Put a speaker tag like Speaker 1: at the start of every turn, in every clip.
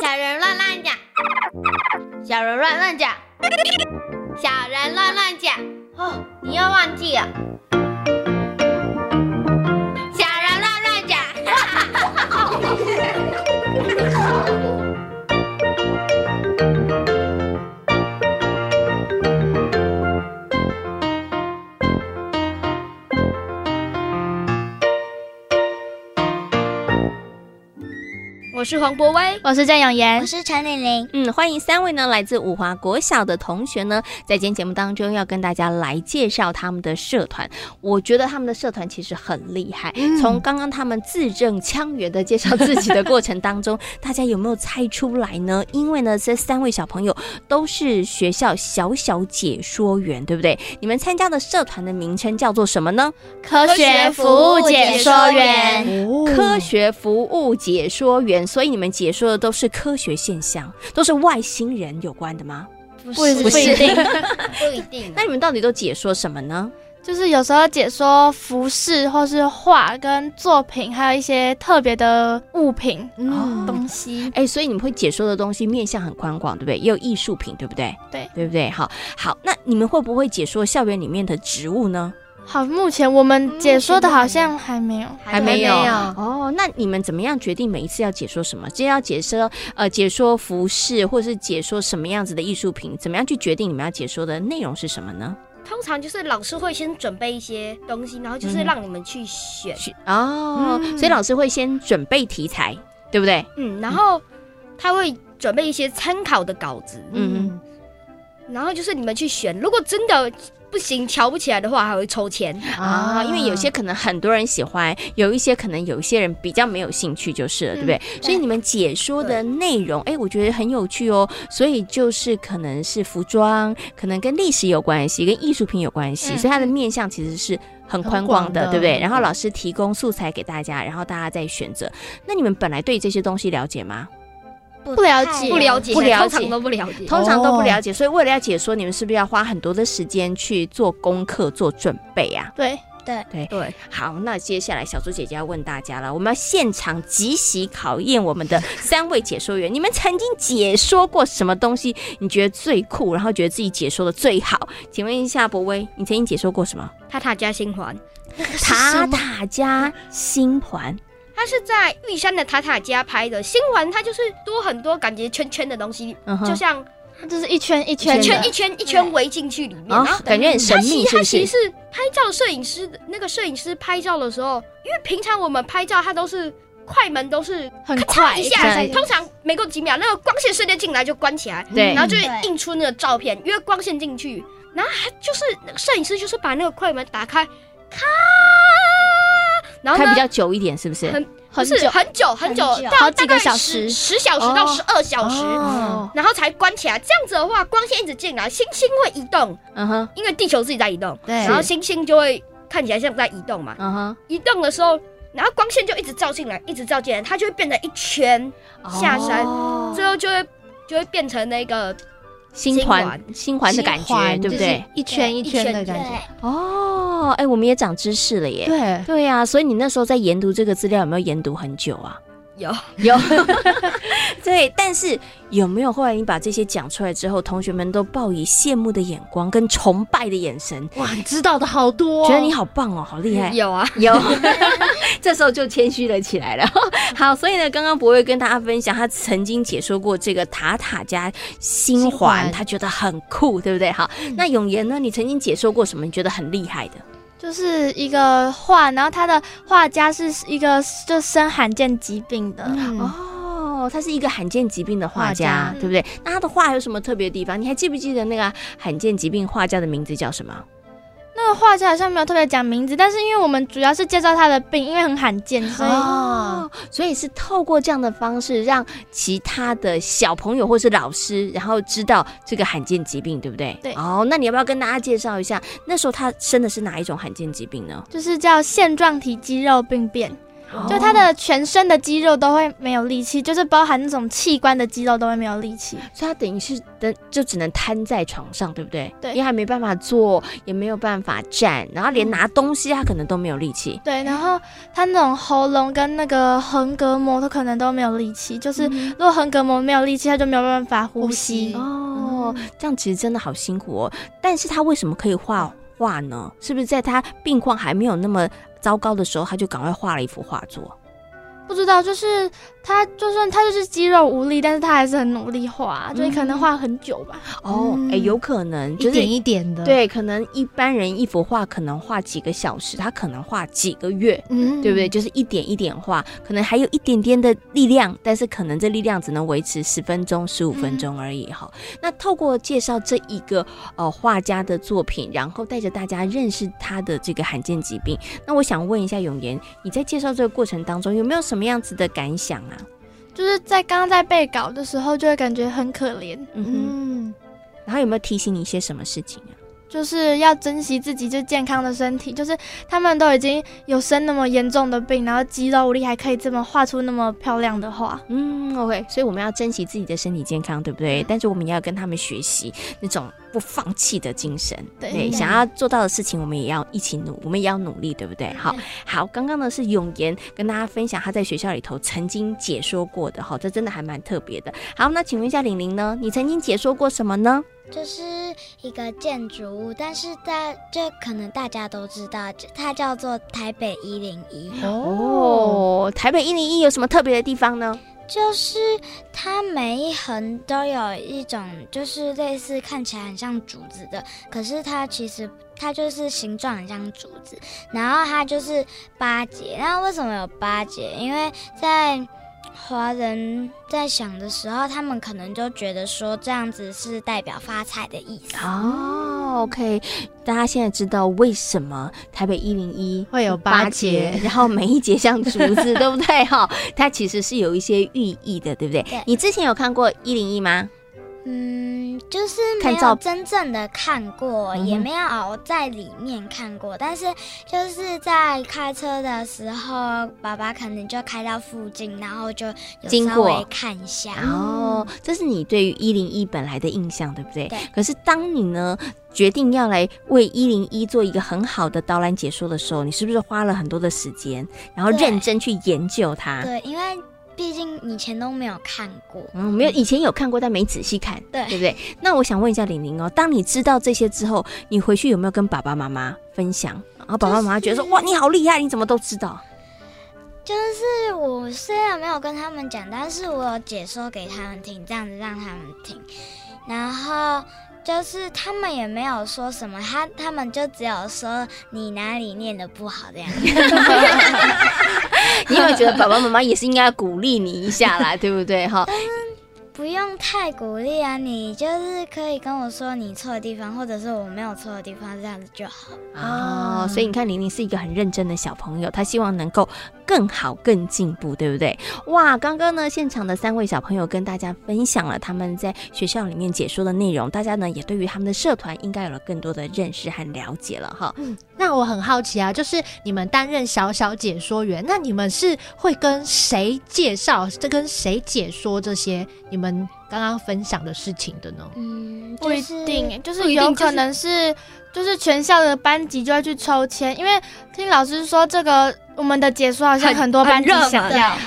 Speaker 1: 小人乱乱讲，小人乱乱讲，小人乱乱讲。哦，你又忘记了。小人乱乱讲，
Speaker 2: 我是黄博威，我是郑永言
Speaker 3: 我。是陈玲玲，
Speaker 4: 嗯，欢迎三位呢来自五华国小的同学呢，在今天节目当中要跟大家来介绍他们的社团。我觉得他们的社团其实很厉害。从刚刚他们字正腔圆的介绍自己的过程当中， 大家有没有猜出来呢？因为呢，这三位小朋友都是学校小小解说员，对不对？你们参加的社团的名称叫做什么呢？
Speaker 2: 科学服务解说员。
Speaker 4: 科学服务解说员。所以你们解说的都是科学现象，都是外星人有关的吗？
Speaker 2: 不是不一 定，
Speaker 1: 不一定
Speaker 4: 那。你们到底都解说什么呢？
Speaker 5: 就是有时候解说服饰或是画跟作品，还有一些特别的物品、
Speaker 4: 哦
Speaker 5: 东西。
Speaker 4: 哎、所以你们会解说的东西面向很宽广，对不对？也有艺术品，对不对？
Speaker 5: 对，
Speaker 4: 对不对？好，好，那你们会不会解说校园里面的植物呢？
Speaker 5: 好，目前我们解说的好像还没有。
Speaker 4: 还没有。哦，那你们怎么样决定每一次要解说什么？今天要解说呃，解说服饰，或是解说什么样子的艺术品？怎么样去决定你们要解说的内容是什么呢？
Speaker 6: 通常就是老师会先准备一些东西，然后就是让你们去选，
Speaker 4: 去哦，所以老师会先准备题材，对不对？
Speaker 6: 嗯，然后他会准备一些参考的稿子，
Speaker 4: 嗯，
Speaker 6: 然后就是你们去选。如果真的不行，瞧不起来的话，还会抽签。
Speaker 4: 啊、因为有些可能很多人喜欢，有一些可能有一些人比较没有兴趣，就是了，对不对？所以你们解说的内容，哎，我觉得很有趣哦。所以就是可能是服装，可能跟历史有关系，跟艺术品有关系，
Speaker 5: 嗯
Speaker 4: 所以它的面向其实是很宽广的，对不对？然后老师提供素材给大家，然后大家再选择。那你们本来对这些东西了解吗？
Speaker 1: 不
Speaker 5: 不了
Speaker 1: 太
Speaker 5: 解
Speaker 6: 不了解，
Speaker 4: 不了解
Speaker 6: 通常都不了解。
Speaker 4: 通常都不了解，所以为了要解说，你们是不是要花很多的时间去做功课、做准备啊？
Speaker 5: 对，
Speaker 6: 对，
Speaker 4: 好，那接下来小猪姐姐要问大家了，我们要现场即席考验我们的三位解说员，你们曾经解说过什么东西？你觉得最酷，然后觉得自己解说的最好？请问一下博威，你曾经解说过什么？
Speaker 6: 塔塔加星环，
Speaker 4: 塔塔加星环
Speaker 6: 它是在玉山的塔塔加拍的。星环它就是多很多感觉圈圈的东西，
Speaker 4: 嗯哼
Speaker 6: 就像
Speaker 5: 它就是一圈一
Speaker 6: 一
Speaker 5: 圈
Speaker 6: 圈
Speaker 5: 的
Speaker 6: 一。圈一圈围进去里面，
Speaker 4: 哦
Speaker 6: 然后，
Speaker 4: 感觉很神秘，是
Speaker 6: 它
Speaker 4: 不
Speaker 6: 其
Speaker 4: 是？
Speaker 6: 实是拍照摄影师的那个摄影师拍照的时候，因为平常我们拍照，它都是快门都是
Speaker 5: 很
Speaker 6: 咔嚓
Speaker 5: 快
Speaker 6: 一
Speaker 5: 这
Speaker 6: 下，
Speaker 5: 样
Speaker 6: 通常没过几秒，那个光线瞬间进来就关起来，
Speaker 4: 对
Speaker 6: 然后就会
Speaker 1: 对
Speaker 6: 映出那个照片，因为光线进去，然后它就是那个摄影师就是把那个快门打开，咔，然后
Speaker 4: 开比
Speaker 6: 呢，
Speaker 4: 较久一点，是不是？
Speaker 6: 很
Speaker 5: 很
Speaker 6: 是
Speaker 5: 久，
Speaker 6: 很久很久
Speaker 1: 很久，
Speaker 6: 到
Speaker 5: 好几个
Speaker 6: 大概
Speaker 5: 小
Speaker 6: 10
Speaker 5: 时
Speaker 6: 十小时到
Speaker 4: 哦
Speaker 6: 十二小时。
Speaker 4: 哦，
Speaker 6: 然后才关起来，这样子的话，光线一直进来，星星会移动，
Speaker 4: 嗯哼，
Speaker 6: 因为地球自己在移动，
Speaker 3: 对
Speaker 6: 然后星星就会看起来像在移动嘛。
Speaker 4: 嗯哼，
Speaker 6: 移动的时候，然后光线就一直照进来，一直照进来，它就会变成一圈，下山
Speaker 4: 哦
Speaker 6: 最后就会就会变成那个
Speaker 4: 星环星环的感
Speaker 3: 星
Speaker 4: 觉，
Speaker 3: 环
Speaker 4: 对不对？？
Speaker 3: 就是一圈一圈的
Speaker 6: 一圈
Speaker 3: 感觉。
Speaker 1: 对，
Speaker 4: 哦，哎，我们也长知识了耶。
Speaker 3: 对，
Speaker 4: 对呀、所以你那时候在研读这个资料有没有研读很久啊？
Speaker 6: 有
Speaker 4: 有，对，但是有没有后来你把这些讲出来之后，同学们都报以羡慕的眼光跟崇拜的眼神，
Speaker 3: 哇，你知道的好多哦，
Speaker 4: 觉得你好棒哦，好厉害。
Speaker 6: 有啊，
Speaker 4: 有，这时候就谦虚了起来 了。好，所以呢，刚刚博瑞跟大家分享，他曾经解说过这个塔塔加星
Speaker 3: 星
Speaker 4: 环，
Speaker 3: 环
Speaker 4: 他觉得很酷，对不对？好，那永言呢，你曾经解说过什么？你觉得很厉害的？
Speaker 5: 就是一个画，然后他的画家是一个就生罕见疾病的，
Speaker 3: 嗯
Speaker 4: 哦，他是一个罕见疾病的画
Speaker 3: 画
Speaker 4: 家，嗯对
Speaker 3: 家
Speaker 4: 不对？那他的画有什么特别的地方？你还记不记得那个罕见疾病画家的名字叫什么？
Speaker 5: 那个画家好像没有特别讲名字，但是因为我们主要是介绍他的病，因为很罕见，所以、
Speaker 3: 哦，
Speaker 4: 哦，所以是透过这样的方式，让其他的小朋友或是老师，然后知道这个罕见疾病，对不对？
Speaker 5: 对
Speaker 4: 哦，那你要不要跟大家介绍一下，那时候他生的是哪一种罕见疾病呢？
Speaker 5: 就是叫线状体肌肉病变。
Speaker 4: 哦
Speaker 5: 就他的全身的肌肉都会没有力气，就是包含那种器官的肌肉都会没有力气。
Speaker 4: 所以他等于是等就只能瘫在床上，对不对？
Speaker 5: 对嗯
Speaker 4: 因为他没办法坐，也没有办法站，然后连拿东西他可能都没有力气。
Speaker 5: 对，然后他那种喉咙跟那个横膈膜，他可能都没有力气。就是如果横膈膜没有力气，他就没有办法呼吸。
Speaker 4: 哦，这样其实真的好辛苦哦。但是他为什么可以画画呢？是不是在他病况还没有那么糟糕的时候，他就赶快画了一幅画作？
Speaker 5: 不知道，就是他就算他就是肌肉无力，但是他还是很努力画，就是可能画很久吧。
Speaker 4: 哦，哎、有可能
Speaker 3: 一
Speaker 4: 就是
Speaker 3: 点一点的，，
Speaker 4: 对，可能一般人一幅画可能画几个小时，他可能画几个月，
Speaker 5: 嗯，
Speaker 4: 对不对？？就是一点一点画，可能还有一点点的力量，但是可能这力量只能维持十分钟、十五分钟而已哈、那透过介绍这一个呃画家的作品，然后带着大家认识他的这个罕见疾病，那我想问一下永言，你在介绍这个过程当中有没有什么样子的感想啊？
Speaker 5: 就是在刚刚在背稿的时候，就会感觉很可怜，
Speaker 4: 嗯哼，
Speaker 3: 嗯，
Speaker 4: 然后有没有提醒你一些什么事情啊？
Speaker 5: 就是要珍惜自己就健康的身体。就是他们都已经有生那么严重的病，然后肌肉无力还可以这么画出那么漂亮的画。
Speaker 4: 嗯，OK，所以我们要珍惜自己的身体健康，对不对？但是我们也要跟他们学习那种不放弃的精神。
Speaker 5: 对
Speaker 4: 对，
Speaker 5: 嗯
Speaker 4: 想要做到的事情，我们也要一起努，我们也要努力，对不对？好，好，刚刚呢是永言跟大家分享他在学校里头曾经解说过的，哈，这真的还蛮特别的。好，那请问一下玲玲呢，你曾经解说过什么呢？
Speaker 7: 就是一个建筑物，但是大这可能大家都知道，就它叫做台北一零一，
Speaker 3: 哦，
Speaker 4: 哦，台北一零一有什么特别的地方呢？
Speaker 7: 就是它每一横都有一种，就是类似看起来很像竹子的，可是它其实它就是形状很像竹子，然后它就是八节。那为什么有八节？因为在华人在想的时候，他们可能就觉得说这样子是代表发财的意思。
Speaker 4: 哦，OK，大家现在知道为什么台北一零一
Speaker 3: 会有八节，
Speaker 4: 然后每一节像竹 子，对不对？哈，它其实是有一些寓意的，对不对？
Speaker 7: 对
Speaker 4: 你之前有看过一零一吗？
Speaker 7: 嗯，就是
Speaker 4: 看
Speaker 7: 没
Speaker 4: 照
Speaker 7: 有真正的看过，
Speaker 4: 嗯哼
Speaker 7: 也没有在里面看过，但是就是在开车的时候，爸爸可能就开到附近，然后就
Speaker 4: 经
Speaker 7: 有稍
Speaker 4: 过
Speaker 7: 微看一下。
Speaker 4: 哦，这是你对于一零一本来的印象，对不对？
Speaker 7: 对
Speaker 4: 可是当你呢决定要来为一零一做一个很好的导览解说的时候，你是不是花了很多的时间，然后
Speaker 7: 对
Speaker 4: 认真去研究它？
Speaker 7: 对，因为毕竟以前都没有看过，
Speaker 4: 嗯，没有，以前有看过，但没仔细看，
Speaker 7: 对
Speaker 4: 对不对？那我想问一下玲玲哦，当你知道这些之后，你回去有没有跟爸爸妈妈分享？然后爸爸妈妈觉得说：“哇，你好厉害，你怎么都知道
Speaker 7: 就是我虽然没有跟他们讲，但是我有解说给他们听，这样子让他们听。然后就是他们也没有说什么，他他们就只有说你哪里念的不好这样。？”
Speaker 4: 你有没有觉得爸爸妈妈也是应该鼓励你一下啦，对不对？哈，
Speaker 7: 不用太鼓励啊，你就是可以跟我说你错的地方，或者是我没有错的地方，这样子就好。
Speaker 4: 哦，
Speaker 3: 啊
Speaker 4: 所以你看，玲玲是一个很认真的小朋友，她希望能够更好、更进步，对不对？哇，刚刚呢，现场的三位小朋友跟大家分享了他们在学校里面解说的内容，大家呢也对于他们的社团应该有了更多的认识和了解了哈。
Speaker 3: 那我很好奇啊，就是你们担任小小解说员，那你们是会跟谁介绍，这跟谁解说这些你们刚刚分享的事情的呢？
Speaker 7: 嗯，
Speaker 5: 不一
Speaker 7: 就是
Speaker 5: 定欸，就
Speaker 6: 不
Speaker 5: 是
Speaker 6: 一定
Speaker 5: 有
Speaker 6: 就
Speaker 5: 可
Speaker 6: 是
Speaker 5: 能是就是全校的班级就会去抽签，因为听老师说这个我们的解说好像
Speaker 6: 很
Speaker 5: 很哦多班
Speaker 6: 很
Speaker 5: 级
Speaker 6: 热门
Speaker 5: 想要，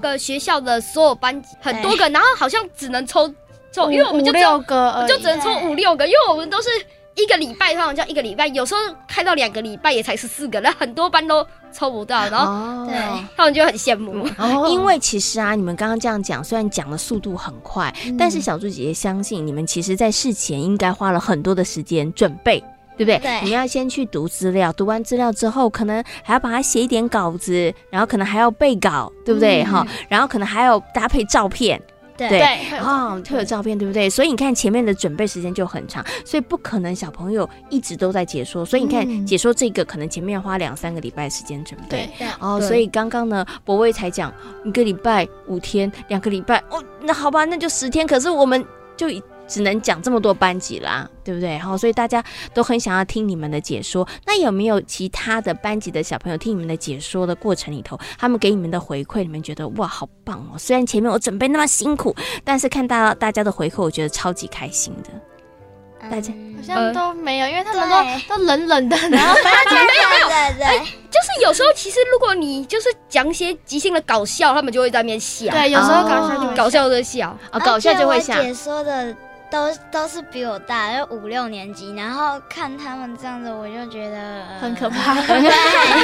Speaker 6: 各 个学校的所有班级很多
Speaker 5: 哎
Speaker 6: 个，然后好像只能抽抽，因为我们
Speaker 5: 五
Speaker 6: 就只有
Speaker 5: 六个而已，
Speaker 6: 就只能抽五六个，因为我们都是一个礼拜，通常叫一个礼拜，有时候开到两个礼拜也才十四个，那很多班都抽不到，然后
Speaker 4: 哦
Speaker 7: 对，
Speaker 6: 他们就很羡慕。
Speaker 3: 哦
Speaker 4: 因为其实啊，你们刚刚这样讲，虽然讲的速度很快，但是小猪姐姐相信你们其实在事前应该花了很多的时间准备。对不对？
Speaker 7: 对
Speaker 4: 你们要先去读资料，读完资料之后，可能还要把它写一点稿子，然后可能还要背稿，对不对？哈、然后可能还要搭配照片，
Speaker 7: 对
Speaker 4: 对
Speaker 5: 对，
Speaker 4: 哦，会有照片，对不对？所以你看前面的准备时间就很长，所以不可能小朋友一直都在解说。所以你看、
Speaker 3: 嗯
Speaker 4: 解说这个，可能前面花两三个礼拜的时间准备。
Speaker 5: 对
Speaker 4: 哦，
Speaker 3: 对
Speaker 4: 所以刚刚呢，博威才讲一个礼拜五天，两个礼拜哦，那好吧，那就十天。可是我们就已只能讲这么多班级啦，对不对？好、所以大家都很想要听你们的解说。那有没有其他的班级的小朋友听你们的解说的过程里头，他们给你们的回馈，你们觉得哇，好棒哦！虽然前面我准备那么辛苦，但是看到大家的回馈，我觉得超级开心的。大家
Speaker 7: 嗯
Speaker 5: 好像都没有，因为他们都都冷冷的，然后
Speaker 7: 对对对，
Speaker 6: 就是有时候其实如果你就是讲一些即兴的搞笑，他们就会在那边笑，
Speaker 5: 对，有时候搞笑就
Speaker 4: 哦
Speaker 5: 会
Speaker 6: 搞笑的笑。
Speaker 4: 啊，搞笑就会想
Speaker 7: 而且我解说的都都是比我大，就五六年级，然后看他们这样子，我就觉得呃
Speaker 5: 很可。怕。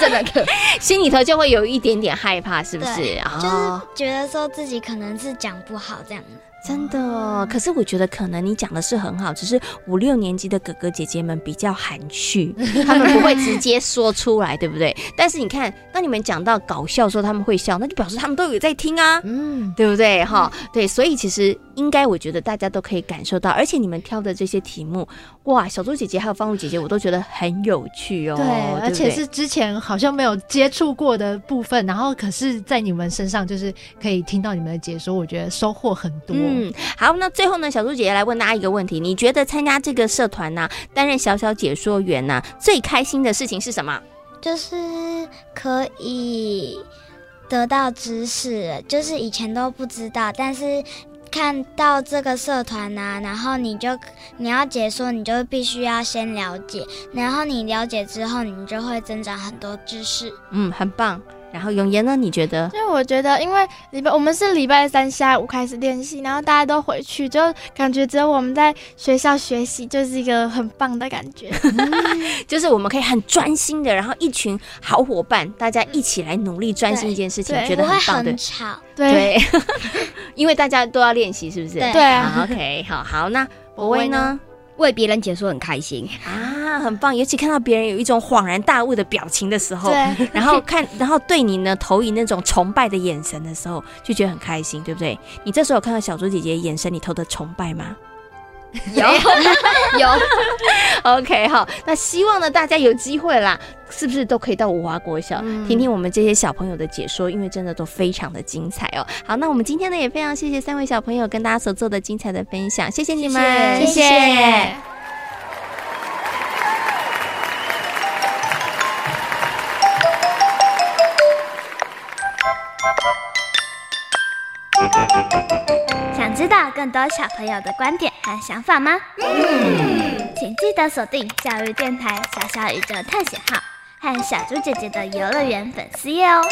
Speaker 6: 真的可
Speaker 4: 心里头就会有一点点害怕，是不是
Speaker 7: 对？
Speaker 4: 啊、
Speaker 7: 就是觉得说自己可能是讲不好这样子，
Speaker 4: 真的哦。可是我觉得可能你讲的是很好，只是五六年级的哥哥姐姐们比较含 蓄，他们不会直接说出来，对不对？但是你看，当你们讲到搞笑的时候，他们会笑，那就表示他们都有在听啊。
Speaker 3: 嗯，
Speaker 4: 对不对？哈、对，所以其实应该，我觉得大家都可以感受到，而且你们挑的这些题目，哇，小猪姐姐还有方露姐姐，我都觉得很有趣哦。
Speaker 3: 对，而
Speaker 4: 不
Speaker 3: 且是之前好像没有接触过的部分，然后可是，在你们身上就是可以听到你们的解说，我觉得收获很多。
Speaker 4: 嗯，好，那最后呢，小猪姐姐来问大家一个问题：你觉得参加这个社团呢、担任小小解说员呢、啊最开心的事情是什么？
Speaker 7: 就是可以得到知识，就是以前都不知道，但是。看到这个社团呐、然后你就你要解说，你就必须要先了解，然后你了解之后，你就会增长很多知识。
Speaker 4: 嗯，很棒。然后永言呢？你觉 得？
Speaker 5: 因为我觉得，因为礼拜我们是礼拜三下午开始练习，然后大家都回去，就感觉只有我们在学校学习，就是一个很棒的感 觉。
Speaker 4: 就是我们可以很专心的，然后一群好伙伴，大家一起来努力专心
Speaker 7: 对
Speaker 4: 一件事情，
Speaker 5: 对
Speaker 4: 觉
Speaker 7: 不
Speaker 4: 得
Speaker 7: 会
Speaker 4: 很棒，对
Speaker 7: 很。吵，
Speaker 5: 对，
Speaker 4: 对， 因为大家都要练习，是不是？
Speaker 7: 对
Speaker 5: 对啊，
Speaker 4: 好，OK，好好，那博威呢？
Speaker 6: 为别人解说很开心，
Speaker 4: 啊，很棒，尤其看到别人有一种恍然大悟的表情的时候，
Speaker 5: 对，
Speaker 4: 然后看，然后对你呢投以那种崇拜的眼神的时候，就觉得很开心，对不对？你这时候有看到小猪姐姐眼神里头的崇拜吗？
Speaker 6: 有有
Speaker 4: OK，好，那希望呢大家有机会啦，是不是都可以到五华国小、听听我们这些小朋友的解说？因为真的都非常的精彩哦。好，那我们今天呢也非常谢谢三位小朋友跟大家所做的精彩的分享，谢谢你
Speaker 5: 谢
Speaker 4: 们，
Speaker 5: 谢。
Speaker 8: 想知道更多小朋友的观点和想法吗？
Speaker 7: 嗯
Speaker 8: 请记得锁定教育电台《小小宇宙探险号》和小猪姐姐的游乐园粉丝页哦。